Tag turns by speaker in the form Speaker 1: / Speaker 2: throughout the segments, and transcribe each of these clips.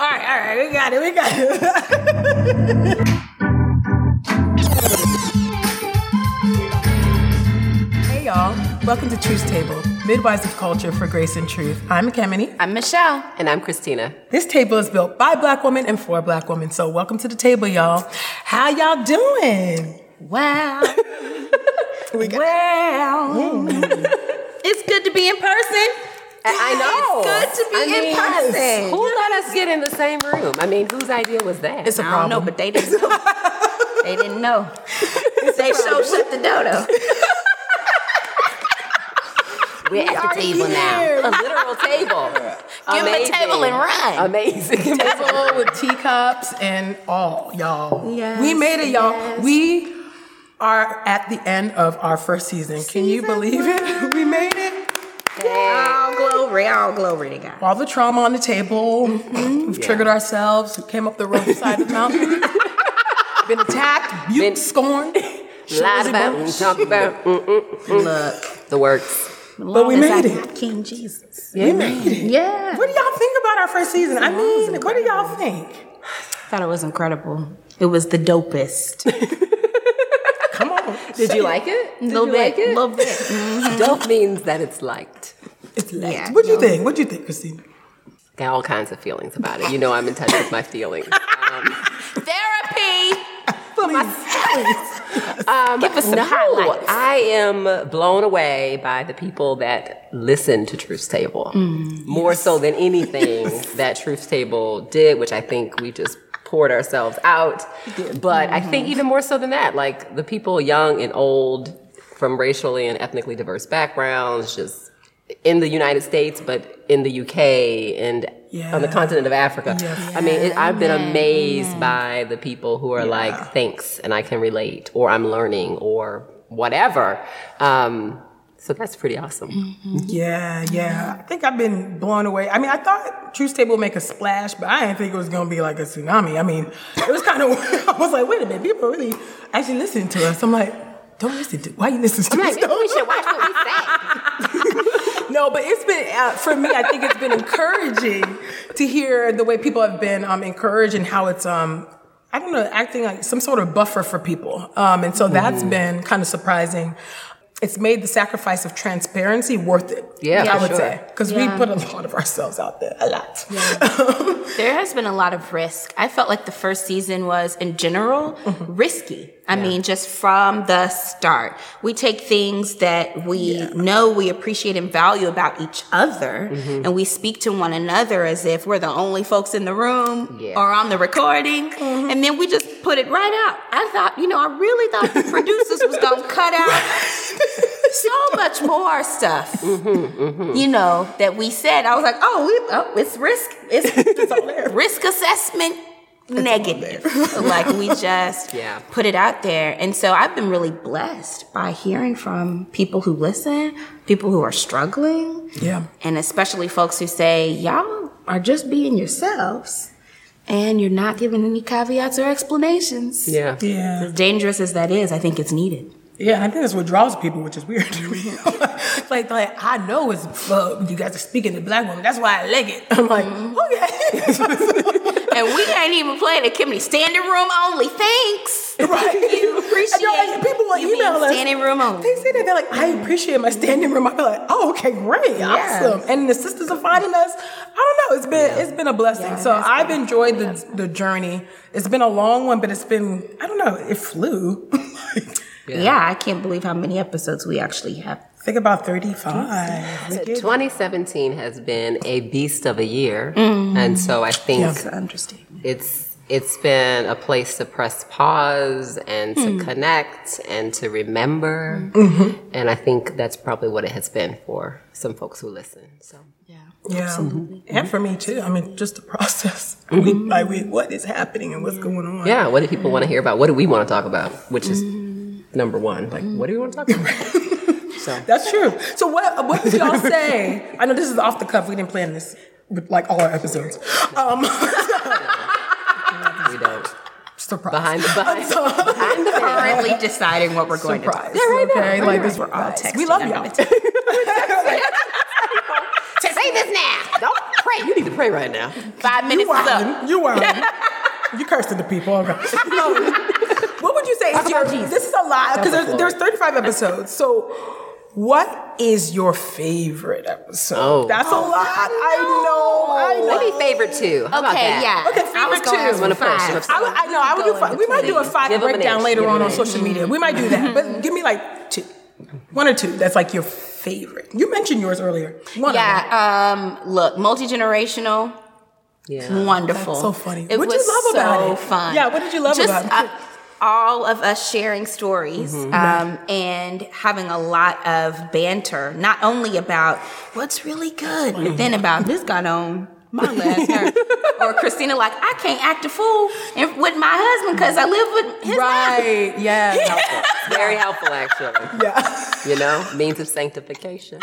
Speaker 1: right, we got it. We got it. hey, y'all. Welcome to Truth Table, Midwives of Culture for Grace and Truth. I'm Kamini.
Speaker 2: I'm Michelle.
Speaker 3: And I'm Christina.
Speaker 1: This table is built by black women and for black women. So welcome to the table, y'all. How y'all doing?
Speaker 2: Wow. well. it's good to be in person.
Speaker 3: I know.
Speaker 2: It's good to be
Speaker 3: I
Speaker 2: in
Speaker 3: mean,
Speaker 2: person.
Speaker 3: Who let us get in the same room? I mean, whose idea was that?
Speaker 1: It's a
Speaker 2: I don't know,
Speaker 1: problem.
Speaker 2: but they didn't know. they didn't know. they so shut the door though.
Speaker 3: We're at the table
Speaker 1: here.
Speaker 3: now. A literal table.
Speaker 2: Give 'em a table and run.
Speaker 3: Amazing.
Speaker 1: Table with teacups and all, y'all.
Speaker 2: Yes,
Speaker 1: we made it, y'all.
Speaker 2: yes.
Speaker 1: We are at the end of our first season. Can you believe it? We made it.
Speaker 2: All glory, all glory to God.
Speaker 1: all the trauma on the table. We've triggered ourselves. We came up the wrong side of the mountain. Been attacked, buked,
Speaker 3: Been-
Speaker 1: scorned.
Speaker 3: Lied about
Speaker 1: Shit
Speaker 3: and
Speaker 1: was
Speaker 3: talked about. mm, Mm-mm.
Speaker 2: Look,
Speaker 3: The works.
Speaker 2: but
Speaker 1: we made it.
Speaker 2: King Jesus.
Speaker 1: We made it.
Speaker 2: Yeah.
Speaker 1: What do y'all think about our first season? I mean, what do y'all think?
Speaker 2: thought it was incredible. It was the dopest.
Speaker 1: Come on.
Speaker 3: Did you like it?
Speaker 2: A
Speaker 3: Did
Speaker 2: little
Speaker 3: you
Speaker 2: bit,
Speaker 3: like it?
Speaker 2: little bit.
Speaker 3: Dope means that it's liked.
Speaker 1: It's
Speaker 2: Yeah,
Speaker 1: left. What do you think? What do you think, Christina?
Speaker 3: Got all kinds of feelings about it. You know I'm in touch with my feelings.
Speaker 2: Therapy.
Speaker 3: Give us
Speaker 2: some
Speaker 3: no,
Speaker 2: highlights.
Speaker 3: I am blown away by the people that listen to Truth's Table more so than anything that Truth's Table did, which I think we just poured ourselves out. But I think even more so than that, like the people, young and old, from racially and ethnically diverse backgrounds, just in the United States, but in the UK and on the
Speaker 1: Yeah.
Speaker 3: continent of Africa. I mean, it, I've been amazed by the people who are like, thanks, and I can relate, or I'm learning, or whatever. Um, so that's pretty awesome.
Speaker 1: Yeah, yeah. I think I've been blown away. I mean, I thought Truth Table would make a splash, but I didn't think it was going to be like a tsunami. I mean, it was kind of, I was like, wait a minute, people really actually listen to us. I'm like, don't listen to, why you listen to
Speaker 3: I'm
Speaker 1: us?
Speaker 3: like, maybe we should watch what we say.
Speaker 1: No, but it's been uh, for me. I think it's been encouraging to hear the way people have been um, encouraged and how it's um, I don't know, acting like some sort of buffer for people. Um, and so that's
Speaker 3: Mm-hmm.
Speaker 1: been kind of surprising. It's made the sacrifice of transparency worth it.
Speaker 3: Yeah,
Speaker 1: I
Speaker 3: for
Speaker 1: would
Speaker 3: sure.
Speaker 1: say because
Speaker 2: Yeah.
Speaker 1: we put a lot of ourselves out there, a lot.
Speaker 2: There has been a lot of risk. I felt like the first season was, in general, risky. I mean, just from the start, we take things that we know we appreciate and value about each other, and we speak to one another as if we're the only folks in the room
Speaker 3: Yeah.
Speaker 2: or on the recording, and then we just put it right out. I thought, you know, I really thought the producers was gonna cut out so much more stuff, you know, that we said. I was like, oh, we, oh it's risk, it's
Speaker 1: It's all there.
Speaker 2: risk assessment negative. like we just
Speaker 3: Yeah.
Speaker 2: put it out there. And so I've been really blessed by hearing from people who listen, people who are struggling,
Speaker 1: Yeah.
Speaker 2: and especially folks who say, y'all are just being yourselves and you're not giving any caveats or explanations.
Speaker 3: Yeah.
Speaker 1: Yeah.
Speaker 2: As dangerous as that is, I think it's needed.
Speaker 1: Yeah, I think that's what draws people, which is weird. like, like I know it's uh, you guys are speaking to black women. That's why I like it. I'm like, okay,
Speaker 2: And we ain't even playing a Kimmy standing room only. Thanks.
Speaker 1: right?
Speaker 2: You appreciate
Speaker 1: And they're like, people will
Speaker 2: you being
Speaker 1: email us.
Speaker 2: standing room only.
Speaker 1: They say that they're like, I appreciate my standing room. I be like, oh, okay, great,
Speaker 2: Yes.
Speaker 1: awesome. And the sisters are finding us. I don't know. It's been it's been a blessing. so I've enjoyed the the journey. It's been a long one, but it's been I don't know. It flew.
Speaker 2: Yeah. I can't believe how many episodes we actually have.
Speaker 1: Think about thirty five.
Speaker 3: 2017 has been a beast of a year. And so I think
Speaker 1: Yeah.
Speaker 2: Understand.
Speaker 3: it's it's been a place to press pause and to connect and to remember and i think that's probably what it has been for some folks who listen so
Speaker 1: Yeah, and for me too. I mean, just the process. We
Speaker 2: Mm-hmm.
Speaker 1: like we what is happening and what's going on.
Speaker 3: yeah what do people want to hear about what do we want to talk about which is number one like what do we want to talk about
Speaker 1: That's true. So what what did y'all say? I know this is off the cuff. We didn't plan this with like all our episodes. Um,
Speaker 3: we don't
Speaker 1: surprise.
Speaker 3: behind the behind, behind the veil.
Speaker 2: Currently deciding what we're going
Speaker 1: surprise.
Speaker 2: to do.
Speaker 1: okay, like this. We're all
Speaker 2: Right.
Speaker 1: We love y'all.
Speaker 3: say this now don't pray you need to pray right now.
Speaker 2: Five
Speaker 1: You
Speaker 2: minutes is up.
Speaker 1: wildin'. You wildin'. you cursing the people. Okay. No. what would you say is your?
Speaker 2: about Jesus.
Speaker 1: This is a lot because
Speaker 3: Overflow.
Speaker 1: there's, there's 35 episodes. So, what is your favorite episode?
Speaker 3: Oh.
Speaker 1: That's a lot. I know. I know.
Speaker 3: Maybe favorite two. How about
Speaker 2: Okay,
Speaker 3: that?
Speaker 2: yeah.
Speaker 1: Okay,
Speaker 2: I was
Speaker 1: favorite two.
Speaker 2: gonna ask
Speaker 1: I'm gonna
Speaker 3: push. I'm
Speaker 2: five.
Speaker 3: upset.
Speaker 1: I, would- I know. I would do five. We might do a five
Speaker 3: Give 'em an
Speaker 1: breakdown
Speaker 3: inch,
Speaker 1: later
Speaker 3: give 'em
Speaker 1: on
Speaker 3: an
Speaker 1: on
Speaker 3: inch.
Speaker 1: social media. We might do that, but give me like two, one or two. That's like your favorite. You mentioned yours earlier. One Of them.
Speaker 2: Yeah, um, look, multi generational,
Speaker 3: Yeah.
Speaker 2: wonderful.
Speaker 1: That's so funny.
Speaker 2: It
Speaker 1: What'd you
Speaker 2: was
Speaker 1: love
Speaker 2: so
Speaker 1: about it?
Speaker 2: fun.
Speaker 1: Yeah, what did you love
Speaker 2: Just,
Speaker 1: about it? Mm-hmm.
Speaker 2: uh, all of us sharing stories um, and having a lot of banter, not only about what's really good,
Speaker 1: Mm-hmm.
Speaker 2: but then about this got on my last nerve. or Christina, like, I can't act a fool in- with my husband because I live with his mom.
Speaker 1: Right. Yeah.
Speaker 3: Helpful. Very helpful, actually.
Speaker 1: yeah.
Speaker 3: You know, means of sanctification.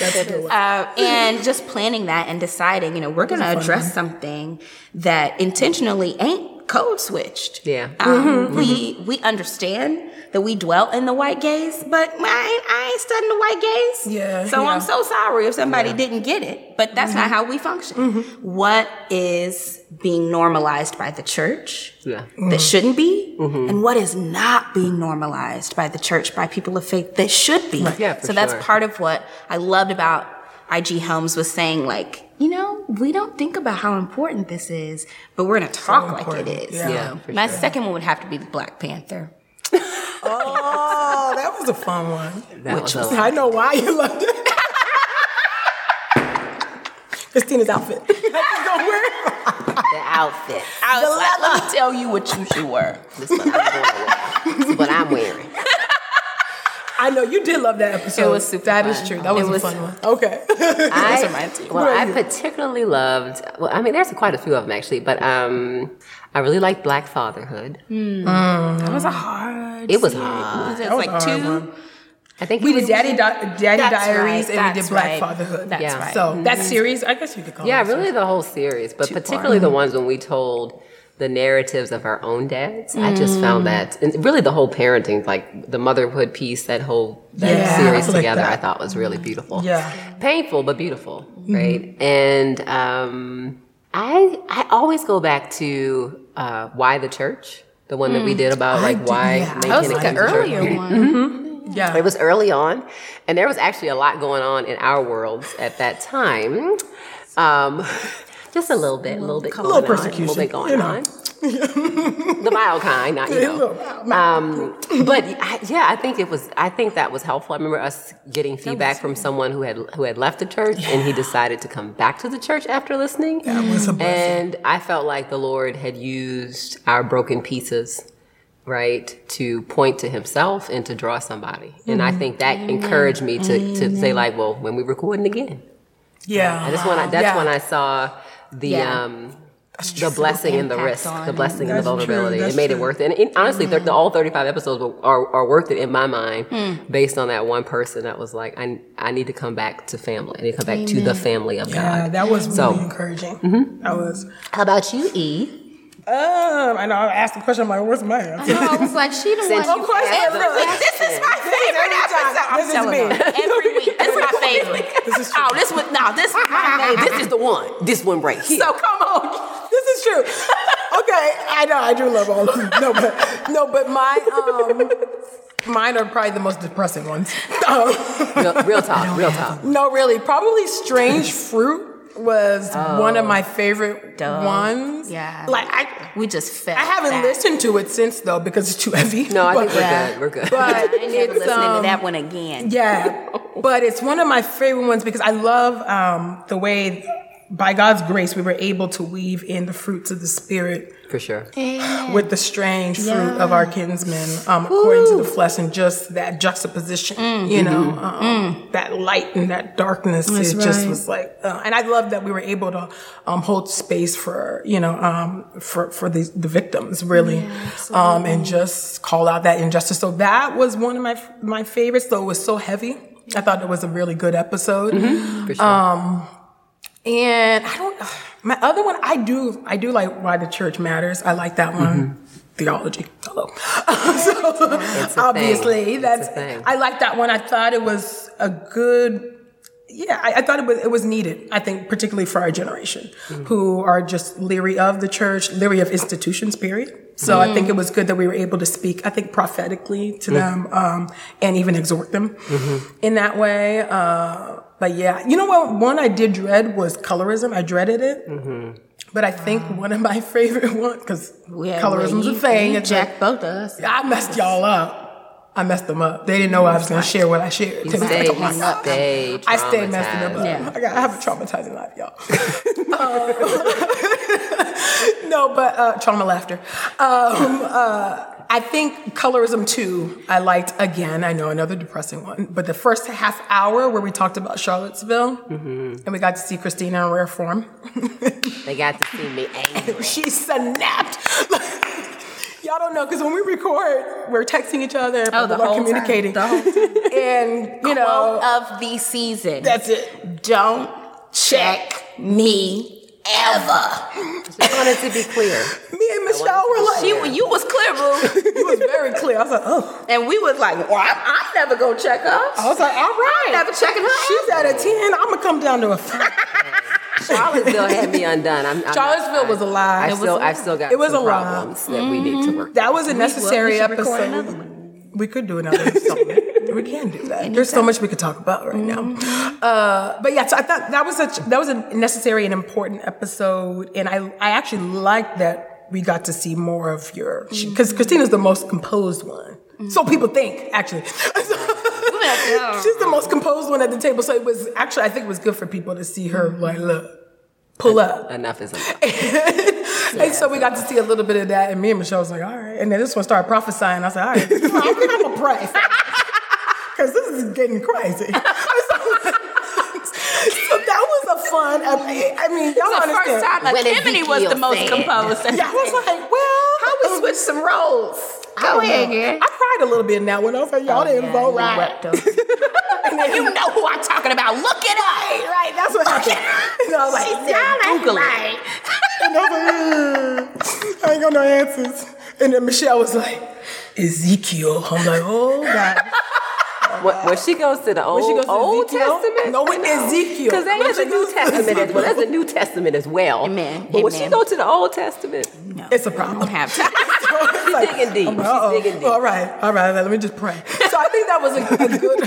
Speaker 1: That's a good one.
Speaker 2: Uh, and just planning that and deciding, you know, we're going to address something that intentionally ain't code switched.
Speaker 3: Yeah.
Speaker 1: Mm-hmm,
Speaker 2: Um, We we understand that we dwell in the white gaze, but I ain't, I ain't studying the white gaze.
Speaker 1: Yeah,
Speaker 2: So
Speaker 1: yeah. Mm-hmm.
Speaker 2: I'm so sorry if somebody didn't get it, but that's not how we function. What is being normalized by the church?
Speaker 3: Yeah.
Speaker 2: That shouldn't be, and what is not being normalized by the church, by people of faith that should be.
Speaker 3: Yeah, for
Speaker 2: so that's
Speaker 3: sure.
Speaker 2: part of what I loved about IG Holmes was saying, like, you know, we don't think about how important this is, but we're gonna talk like
Speaker 1: important.
Speaker 2: it is.
Speaker 1: Yeah.
Speaker 3: Yeah, for
Speaker 2: My
Speaker 3: sure.
Speaker 2: second one would have to be the Black Panther.
Speaker 1: Oh, that was a fun one.
Speaker 3: That was a
Speaker 1: I know why you loved it. Christina's outfit. I just don't wear it.
Speaker 3: The outfit.
Speaker 2: I
Speaker 1: The
Speaker 2: was like,
Speaker 1: leather.
Speaker 2: let me tell you what you should wear.
Speaker 3: This is what I'm going with. This is what I'm wearing.
Speaker 1: I know you did love that episode.
Speaker 2: It was super
Speaker 1: That
Speaker 2: fun.
Speaker 1: is true. That was,
Speaker 2: It was-
Speaker 1: a fun one. Okay.
Speaker 3: I,
Speaker 2: reminds me.
Speaker 3: Well, I particularly loved. Well, I mean, there's quite a few of them actually, but um, I really liked Black Fatherhood.
Speaker 2: It was a hard.
Speaker 3: It was hard.
Speaker 2: It
Speaker 1: That was
Speaker 2: was
Speaker 1: a
Speaker 2: like
Speaker 1: hard
Speaker 2: two.
Speaker 1: one.
Speaker 3: I think
Speaker 1: We
Speaker 3: it
Speaker 1: did
Speaker 3: was-
Speaker 1: Daddy Di- Daddy
Speaker 2: That's
Speaker 1: Diaries and
Speaker 2: right,
Speaker 1: we
Speaker 2: that's
Speaker 1: did Black
Speaker 2: right.
Speaker 1: Fatherhood.
Speaker 2: That's
Speaker 3: Yeah.
Speaker 2: right. Mm-hmm.
Speaker 1: So that series, I guess you could call
Speaker 3: Yeah,
Speaker 1: it.
Speaker 3: really the whole series, but particularly the ones when we told the narratives of our own dads. I
Speaker 1: Mm.
Speaker 3: just found that, and really the whole parenting, like the motherhood piece, that whole that
Speaker 1: Yeah, I
Speaker 3: series
Speaker 1: like
Speaker 3: together,
Speaker 1: that.
Speaker 3: I thought was really beautiful.
Speaker 1: Yeah. Mm-hmm.
Speaker 3: painful but beautiful, right? And um, I I always go back to uh, why the church, the one that we did about like
Speaker 1: did-
Speaker 3: why
Speaker 1: yeah, Mm. I
Speaker 3: Lincoln
Speaker 2: That was like
Speaker 3: Elijah
Speaker 2: an
Speaker 3: Church.
Speaker 2: earlier one.
Speaker 1: Yeah.
Speaker 3: It was early on, and there was actually a lot going on in our worlds at that time. Um, just a little bit, a little bit,
Speaker 1: A little
Speaker 3: going on, a little
Speaker 1: persecution,
Speaker 3: bit going
Speaker 1: you know.
Speaker 3: on. the mild kind, not you
Speaker 1: A
Speaker 3: know.
Speaker 1: little mild,
Speaker 3: Um, but I, yeah, I think it was. I think that was helpful. I remember us getting feedback from someone who had who had left the church, and he decided to come back to the church after listening.
Speaker 1: That was a blessing.
Speaker 3: And I felt like the Lord had used our broken pieces, right, to point to Himself and to draw somebody. And I think that encouraged me to, to say, like, well, when we recording again,
Speaker 1: yeah.
Speaker 3: I just when I, that's
Speaker 1: Yeah.
Speaker 3: when I saw the
Speaker 2: Yeah.
Speaker 3: um, the blessing and the
Speaker 2: Impact
Speaker 3: risk,
Speaker 2: on-
Speaker 3: the blessing and the
Speaker 1: That's true,
Speaker 3: vulnerability.
Speaker 1: that's
Speaker 3: it made it
Speaker 1: true.
Speaker 3: worth it. And it- honestly, thir- the, all thirty five episodes were, are are worth it in my mind,
Speaker 2: Hmm.
Speaker 3: based on that one person that was like, I I need to come back to family. I need to come back to the family of
Speaker 1: Yeah,
Speaker 3: God.
Speaker 1: that was really
Speaker 3: So-
Speaker 1: encouraging. That was. Um,
Speaker 3: How about you, E?
Speaker 1: I know I asked the question. I'm like, where's my answer?
Speaker 2: I was like, she the
Speaker 3: Since
Speaker 2: one.
Speaker 3: you asked
Speaker 2: every
Speaker 3: the
Speaker 2: week. This is my favorite
Speaker 1: time.
Speaker 2: episode.
Speaker 1: This
Speaker 2: I'm
Speaker 1: is
Speaker 2: telling
Speaker 1: me.
Speaker 2: her every week. This is my favorite.
Speaker 1: This is true.
Speaker 2: Oh, this was no. This was my favorite.
Speaker 3: this is the one. This one right here.
Speaker 2: So come on.
Speaker 1: this is true. Okay, I know I do love all of them. No, but no, but my um, mine are probably the most depressing ones. Um,
Speaker 3: real, real talk, real talk.
Speaker 1: no, really, probably strange fruit was one
Speaker 3: Oh.
Speaker 1: of my favorite ones.
Speaker 2: Yeah.
Speaker 1: like I,
Speaker 2: We just fell.
Speaker 1: I haven't
Speaker 2: back.
Speaker 1: listened to it since though because it's too heavy.
Speaker 3: No, I think
Speaker 1: But-
Speaker 3: we're
Speaker 2: Yeah.
Speaker 3: good. We're good.
Speaker 1: But
Speaker 2: I ain't never
Speaker 1: it's,
Speaker 2: listening to
Speaker 1: um,
Speaker 2: that one again.
Speaker 1: Yeah, but it's one of my favorite ones because I love um, the way, by God's grace, we were able to weave in the fruits of the spirit
Speaker 3: For sure.
Speaker 1: with the strange fruit of our kinsmen, um, according to the flesh, and just that juxtaposition, you know, um, that light and that darkness. it just was like, uh, and I love that we were able to um, hold space for, you know, um, for for the, the victims really, um, and just call out that injustice. So that was one of my my favorites. Though it was so heavy, I thought it was a really good episode.
Speaker 3: For sure.
Speaker 1: And I don't. My other one, I do. I do like why the church matters. I like that one. Theology. Hello. so
Speaker 3: Mm-hmm. a
Speaker 1: obviously,
Speaker 3: thing. It's a
Speaker 1: that's.
Speaker 3: thing.
Speaker 1: I like that one. I thought it was a good. yeah, I, I thought it was it was needed. I think particularly for our generation, who are just leery of the church, leery of institutions. Period. So I think it was good that we were able to speak. I think prophetically to them, um, and even exhort them in that way. Uh, but yeah, you know what? One I did dread was colorism. I dreaded it. But I think one of my favorite ones because
Speaker 2: Yeah,
Speaker 1: colorism's
Speaker 2: well,
Speaker 1: a
Speaker 2: you-
Speaker 1: thing.
Speaker 2: you
Speaker 1: It's like-
Speaker 2: Jack both of us.
Speaker 1: I messed y'all up. I messed them up. They didn't know I was going to share what I shared. They was
Speaker 3: stayed-
Speaker 1: like, oh my
Speaker 3: you
Speaker 1: God.
Speaker 3: stayed
Speaker 1: I stayed messing them up.
Speaker 2: traumatized. Yeah.
Speaker 1: I, got, I have a traumatizing life, y'all. Uh, no, but uh, trauma laughter. Um, uh, I think colorism too. I liked again. I know another depressing one, but the first half hour where we talked about Charlottesville
Speaker 2: Mm-hmm.
Speaker 1: and we got to see Christina in rare form.
Speaker 3: They got to see me angry.
Speaker 1: She snapped. Y'all don't know because when we record, we're texting each other.
Speaker 2: Oh, the
Speaker 1: we're
Speaker 2: whole time.
Speaker 1: communicating.
Speaker 2: The whole
Speaker 1: and you know,
Speaker 2: Quote of the season.
Speaker 1: that's it.
Speaker 2: Don't check me ever.
Speaker 3: Just wanted to be clear.
Speaker 1: Me and Michelle were like,
Speaker 2: She, you was clear, boo,
Speaker 1: it was very clear. I was like, oh,
Speaker 2: and we was like, well, I'm, I'm never gonna check her.
Speaker 1: I was like, all right.
Speaker 2: I'm never checking her.
Speaker 1: She's
Speaker 2: ever.
Speaker 1: at a ten. I'm gonna come down to a five.
Speaker 3: Charlottesville had me undone. I'm, I'm not-
Speaker 1: Charlottesville was a lie.
Speaker 3: I
Speaker 1: It was
Speaker 3: still,
Speaker 1: a
Speaker 3: I've
Speaker 1: lie.
Speaker 3: still got
Speaker 1: It was
Speaker 3: some
Speaker 1: a lie.
Speaker 3: problems that we need to work.
Speaker 1: That was a necessary
Speaker 2: should record
Speaker 1: episode.
Speaker 2: another
Speaker 1: We could do another installment. we can do that. There's so much we could talk about right
Speaker 2: Mm-hmm.
Speaker 1: now. Uh, but yeah, so I thought that was a that was a necessary and important episode, and I I actually liked that we got to see more of your
Speaker 2: Mm-hmm.
Speaker 1: because Christina's the most composed one. So people think actually. She's the most composed one at the table, so it was actually I think it was good for people to see her like look, pull up,
Speaker 3: Enough is enough.
Speaker 1: and so we got to see a little bit of that, and me and Michelle was like, all right. And then this one started prophesying. I said, all right, I'm gonna pray because this is getting crazy. so, that was a fun. I mean, I mean y'all
Speaker 2: the
Speaker 1: understand?
Speaker 2: first time
Speaker 3: When
Speaker 2: Kimini was the
Speaker 3: Ezekiel
Speaker 2: most
Speaker 3: said.
Speaker 2: composed.
Speaker 1: Yeah, I was like, well, um,
Speaker 2: we switched some roles.
Speaker 1: I
Speaker 2: Go
Speaker 1: don't know.
Speaker 2: ahead, girl.
Speaker 1: I cried a little bit in that one. I was like, y'all
Speaker 2: Oh,
Speaker 1: didn't vote right.
Speaker 2: you know who I'm talking about. Look it up.
Speaker 1: Right, that's what happened. And I was like,
Speaker 2: Y'all ain't
Speaker 1: Google it.
Speaker 2: right.
Speaker 1: And I was like, "Ugh, I ain't got no answers. And then Michelle was like, Ezekiel. I'm like, oh God.
Speaker 3: When, when she goes to the old,
Speaker 1: she goes to
Speaker 3: old
Speaker 1: Ezekiel?
Speaker 3: Testament,
Speaker 1: No, with Ezekiel.
Speaker 3: because that
Speaker 1: When
Speaker 3: is
Speaker 1: she
Speaker 3: a New
Speaker 1: goes to
Speaker 3: Testament as
Speaker 1: Ezekiel.
Speaker 3: well. That's a New Testament as well.
Speaker 2: Amen.
Speaker 3: But when she
Speaker 2: Amen.
Speaker 3: go to the Old Testament,
Speaker 2: No,
Speaker 1: It's a problem.
Speaker 2: I don't have time.
Speaker 1: She's
Speaker 3: digging deep. She's digging deep.
Speaker 1: All right, all right, let me just pray. So I think that was a, a good,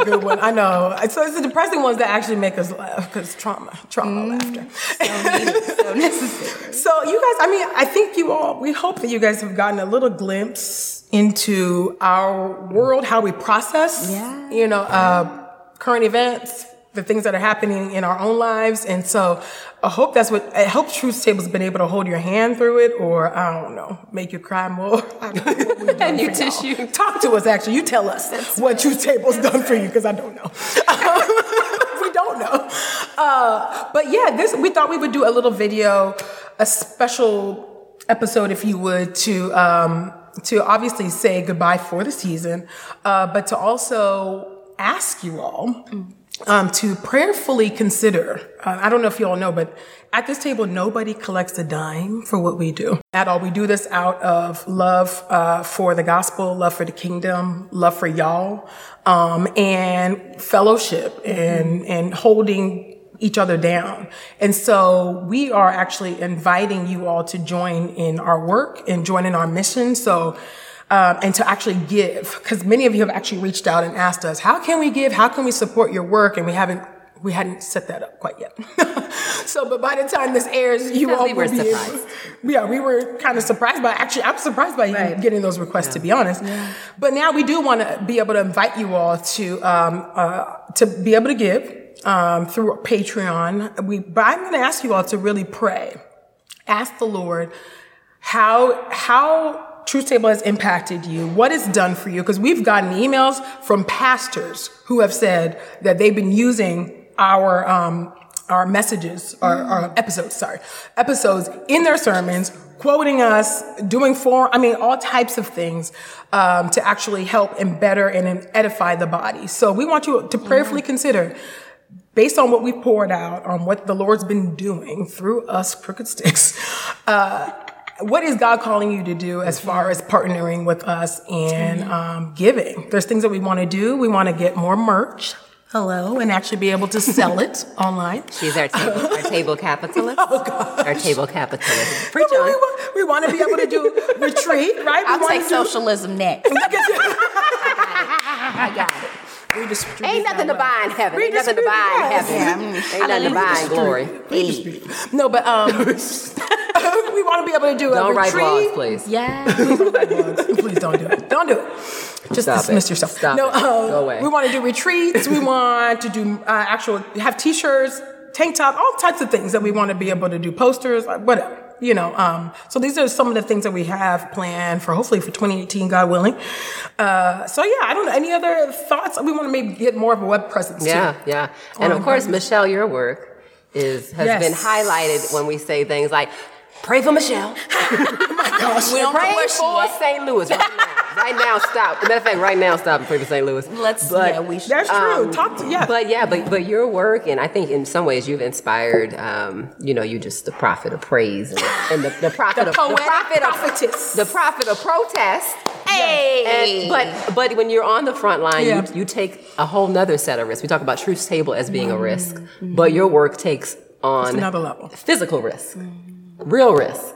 Speaker 1: a good one. I know. So it's the depressing ones that actually make us laugh because trauma,
Speaker 3: Mm.
Speaker 1: trauma, laughter.
Speaker 2: so necessary.
Speaker 1: so you guys, I mean, I think you all. We hope that you guys have gotten a little glimpse into our world, how we process.
Speaker 2: Yeah.
Speaker 1: You know, uh, current events. The things that are happening in our own lives, and so I hope that's what I hope Truth Table's been able to hold your hand through it, or I don't know, make you cry more. I don't know what we
Speaker 3: and new tissue.
Speaker 1: talk to us actually you tell us what truth table's done for you because i don't know we don't know uh, but yeah this we thought we would do a little video a special episode if you would to um, to obviously say goodbye for the season uh, but to also ask you all um, to prayerfully consider. Uh, I don't know if you all know, but at this table, nobody collects a dime for what we do at all. We do this out of love uh, for the gospel, love for the kingdom, love for y'all, um, and fellowship and and holding each other down. And so we are actually inviting you all to join in our work and join in our mission. So um, and to actually give because many of you have actually reached out and asked us how can we give how can we support your work and we haven't we hadn't set that up quite yet so but by the time this airs you
Speaker 3: Because
Speaker 1: all
Speaker 3: we were
Speaker 1: will be able-
Speaker 3: surprised.
Speaker 1: yeah we were kind of surprised by actually i'm surprised by you getting those requests to be honest but now we do want to be able to invite you all to um, uh, to be able to give um, through patreon we but i'm going to ask you all to really pray ask the lord how how Truth Table has impacted you, what it's done for you, because we've gotten emails from pastors who have said that they've been using our um, our messages or our episodes, sorry, episodes in their sermons, quoting us, doing form, I mean, all types of things um, to actually help and better and edify the body. So we want you to prayerfully consider based on what we poured out, on what the Lord's been doing through us crooked sticks, uh, what is God calling you to do as far as partnering with us and um, giving? There's things that we want to do. We want to get more merch. Hello, and actually be able to sell it online.
Speaker 3: She's our table, our table capitalist.
Speaker 1: Oh God.
Speaker 3: Our table capitalist.
Speaker 1: We, want, we want to be able to do retreat, right? We
Speaker 2: I'll
Speaker 1: want
Speaker 2: take
Speaker 1: to do-
Speaker 2: socialism next. I got it.
Speaker 1: We distribute
Speaker 3: Ain't nothing to buy in heaven. Ain't nothing to buy in
Speaker 1: Redistribute
Speaker 3: heaven. Ain't nothing to buy in glory.
Speaker 1: that. No, but um, we want to be able to do a
Speaker 3: Don't write
Speaker 1: retreat.
Speaker 3: blogs, please.
Speaker 2: Yeah.
Speaker 1: Please don't do it. Don't do it. Just
Speaker 3: Stop
Speaker 1: dismiss
Speaker 3: it.
Speaker 1: yourself.
Speaker 3: Stop
Speaker 1: no,
Speaker 3: it.
Speaker 1: um,
Speaker 3: Go away.
Speaker 1: We want to do retreats. We want to do uh, actual have t-shirts, tank top, all types of things that we want to be able to do. Posters, like whatever. You know, um, so these are some of the things that we have planned for hopefully for 2018, God willing. Uh, so yeah, I don't know. Any other thoughts? We want to maybe get more of a web presence.
Speaker 3: Yeah,
Speaker 1: Too.
Speaker 3: yeah. And
Speaker 1: Um,
Speaker 3: of course, Michelle, your work is has
Speaker 1: Yes.
Speaker 3: been highlighted when we say things like, "Pray for Michelle."
Speaker 2: we don't know
Speaker 3: Pray
Speaker 2: where she
Speaker 3: for
Speaker 2: at.
Speaker 3: St. Louis right now. right now, stop. Matter of fact, right now, stop and pray for St. Louis.
Speaker 2: Let's.
Speaker 3: But-
Speaker 2: yeah, we should.
Speaker 1: That's true. Talk to yeah.
Speaker 3: Um, But yeah, but but your work, and I think in some ways you've inspired. Um, you know, you're just the prophet of praise and, and the, the prophet of
Speaker 1: poetic
Speaker 3: the prophet of
Speaker 1: prophetess.
Speaker 3: the prophet of protest.
Speaker 2: hey.
Speaker 3: And, but but when you're on the front line,
Speaker 1: Yeah.
Speaker 3: you, you take a whole nother set of risks. We talk about truth table as being a risk, but your work takes on
Speaker 1: another level.
Speaker 3: physical risk, real risk.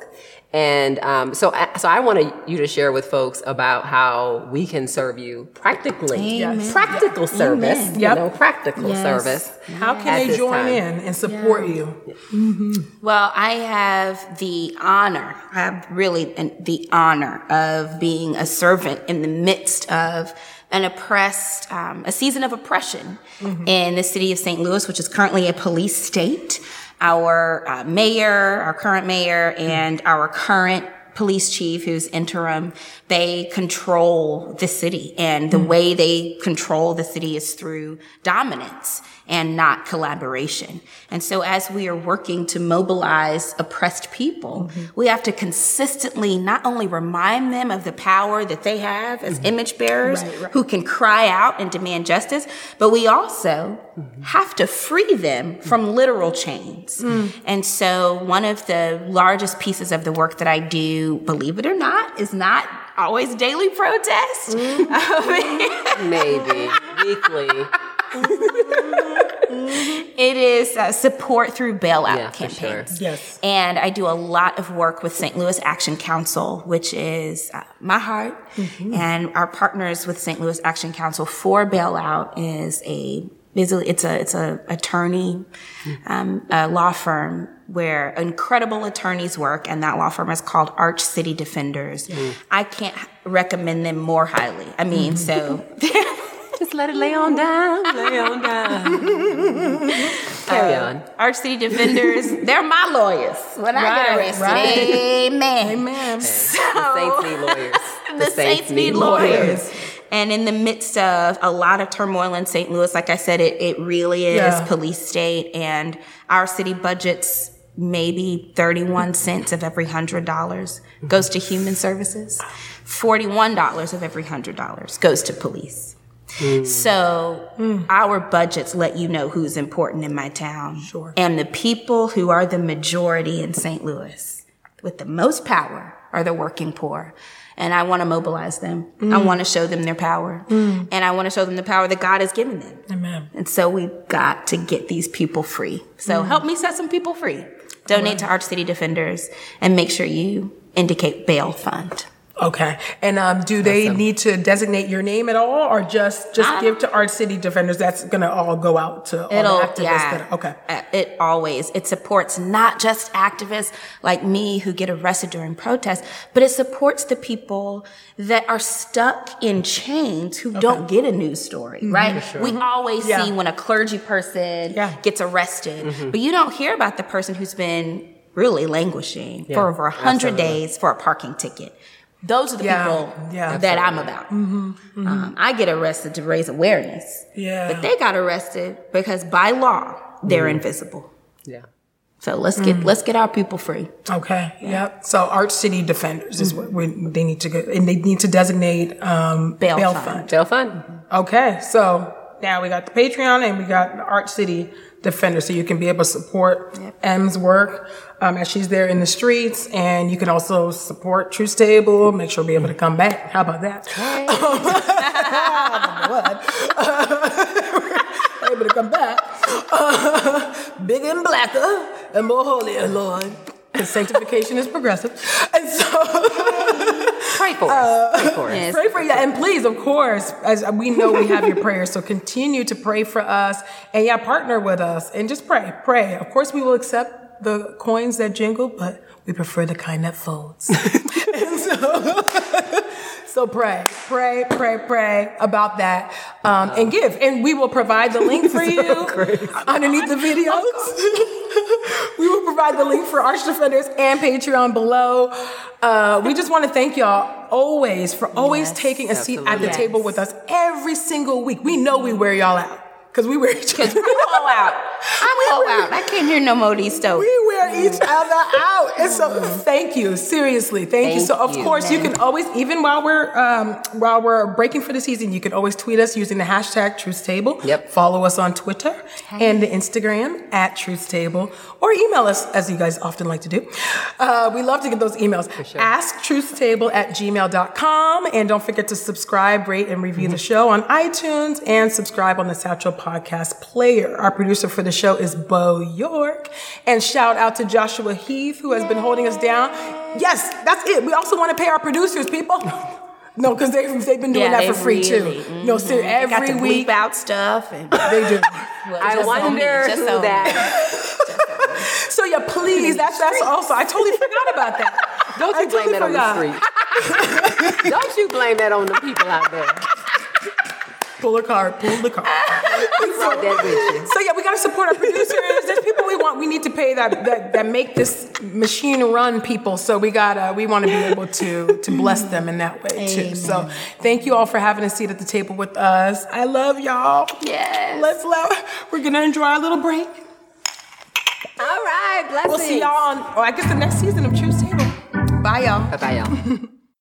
Speaker 3: And um, so, I- so I wanted you to share with folks about how we can serve you practically,
Speaker 1: Yes.
Speaker 3: practical service,
Speaker 2: Amen.
Speaker 3: you
Speaker 1: Yep.
Speaker 3: know, practical
Speaker 2: Yes.
Speaker 3: service.
Speaker 1: How
Speaker 3: at
Speaker 1: can they
Speaker 3: this
Speaker 1: join
Speaker 3: time.
Speaker 1: in and support you?
Speaker 2: Well, I have the honor, I have really an- the honor of being a servant in the midst of an oppressed, um, a season of oppression in the city of St. Louis, which is currently a police state. Our uh, mayor, our current mayor, and our current police chief who's interim they control the city and the way they control the city is through dominance and not collaboration and so as we are working to mobilize oppressed people we have to consistently not only remind them of the power that they have as image bearers who can cry out and demand justice but we also have to free them from literal chains. And so one of the largest pieces of the work that I do, believe it or not, is not always daily protest.
Speaker 3: Maybe weekly.
Speaker 2: it is uh, support through bailout
Speaker 3: Yeah, for sure.
Speaker 2: campaigns.
Speaker 1: Yes.
Speaker 2: And I do a lot of work with St. Louis Action Council, which is uh, my heart. And our partners with St. Louis Action Council for bailout is a is a- it's a it's a attorney um, a law firm where incredible attorneys work, and that law firm is called Arch City Defenders. I can't recommend them more highly. I mean, so
Speaker 3: Just let it lay on down, lay on down. Carry on.
Speaker 2: Arch City Defenders, they're my lawyers when I get
Speaker 1: Right,
Speaker 2: arrested.
Speaker 1: right.
Speaker 2: Amen.
Speaker 1: Amen.
Speaker 3: the saints need lawyers.
Speaker 2: The saints need lawyers. And in the midst of a lot of turmoil in St. Louis, like I said, it, it really is
Speaker 1: Yeah.
Speaker 2: police state and our city budgets maybe 31 cents of every hundred dollars goes to human services. $41 of every hundred dollars goes to police. So our budgets let you know who's important in my town.
Speaker 1: Sure.
Speaker 2: And the people who are the majority in St. Louis with the most power are the working poor. And I want to mobilize them. I want to show them their power. And I want to show them the power that God has given them.
Speaker 1: Amen.
Speaker 2: And so we've got to get these people free. So help me set some people free. Donate to Arch City Defenders and make sure you indicate bail fund.
Speaker 1: Okay. And um, do they need to designate your name at all, or just just
Speaker 2: I-
Speaker 1: give to Art City Defenders? That's gonna all go out to all the activists. That, okay.
Speaker 2: Uh, It always it supports not just activists like me who get arrested during protests, but it supports the people that are stuck in chains who don't get a news story. Right? We always
Speaker 1: Mm-hmm. Yeah.
Speaker 2: see when a clergy person
Speaker 1: Yeah.
Speaker 2: gets arrested, but you don't hear about the person who's been really languishing for over a hundred days for a parking ticket. Those are the
Speaker 1: Yeah.
Speaker 2: people
Speaker 1: Yeah. Mm-hmm.
Speaker 2: that I'm about. Um, I get arrested to raise awareness.
Speaker 1: Yeah.
Speaker 2: But they got arrested because by law they're invisible.
Speaker 3: Yeah.
Speaker 2: So let's get let's get our people free.
Speaker 1: Okay. Yep. So Art City Defenders
Speaker 2: Mm.
Speaker 1: is what we, they need to go, and they need to designate um,
Speaker 2: Bail
Speaker 1: bail
Speaker 2: fund.
Speaker 1: fund.
Speaker 3: Jail fun.
Speaker 1: Okay. So now we got the Patreon and we got the Art City Defenders, so you can be able to support M's work um, as she's there in the streets, and you can also support Truth Table. Make sure we're able to come back. How about that? come back, bigger and blacker and more holier, Lord. Because sanctification is progressive. And so
Speaker 3: Pray for
Speaker 2: Uh,
Speaker 3: us. Pray for us.
Speaker 2: Yes.
Speaker 1: pray for yeah, and please, of course, as we know we have your prayers, so continue to pray for us and yeah, partner with us and just pray, pray. Of course, we will accept the coins that jingle, but we prefer the kind that folds. and so, so pray, pray, pray, pray about that, um, and give, and we will provide the link for you underneath the videos. we will provide the link for Arch Defenders and Patreon below. Uh, we just want to thank y'all always for always
Speaker 2: Yes,
Speaker 1: taking a seat at the
Speaker 3: absolutely.
Speaker 1: table with us every single week. We know we wear y'all out because we wear each other.
Speaker 2: We all out. I'm all out. I can't hear no more of these stories.
Speaker 1: We wear each other out. And so thank you. Seriously. Thank, you.
Speaker 3: Thank
Speaker 1: So of
Speaker 3: you.
Speaker 1: course you can always, even while we're um, while we're breaking for the season, you can always tweet us using the hashtag Truth Table.
Speaker 3: Yep.
Speaker 1: Follow us on Twitter
Speaker 2: Hey.
Speaker 1: and the Instagram at Truth Table. Or email us, as you guys often like to do. Uh, we love to get those emails.
Speaker 3: sure.
Speaker 1: Ask Table at gmail.com. And don't forget to subscribe, rate, and review
Speaker 2: Mm-hmm.
Speaker 1: the show on iTunes and subscribe on the Satchel Podcast Player. Our producer for the show is Bo York. And shout out to Joshua Heath, who has been holding us down. Yes, that's it. We also want to pay our producers, people. No, because they, they've been doing
Speaker 2: Yeah,
Speaker 1: that for
Speaker 2: they
Speaker 1: free
Speaker 2: really-
Speaker 1: too. No, ser-
Speaker 2: I got
Speaker 1: every
Speaker 2: to
Speaker 1: week
Speaker 2: bleep out stuff. And,
Speaker 1: they do.
Speaker 2: well,
Speaker 3: I
Speaker 2: just on me,
Speaker 3: wonder
Speaker 2: just
Speaker 3: who
Speaker 2: on me.
Speaker 3: that.
Speaker 1: So yeah, please. That's that's also. I totally forgot about that.
Speaker 3: Don't
Speaker 1: I
Speaker 3: you blame
Speaker 1: totally
Speaker 3: that on
Speaker 1: forgot.
Speaker 3: the street. Don't you blame that on the people out there.
Speaker 1: Pull the card. Pull the card.
Speaker 3: We brought that with you.
Speaker 1: So yeah, we gotta support our producers. There's people we want. We need to pay that that, that make this machine run. People. So we gotta. We want to be able to to bless them in that way too. So thank you all for having a seat at the table with us. I love y'all.
Speaker 2: Yes.
Speaker 1: Let's love. We're gonna enjoy our little break.
Speaker 3: All right, blessings.
Speaker 1: We'll see y'all on. Oh, I guess the next season of Choose Table. Bye y'all.
Speaker 3: Bye-bye, y'all.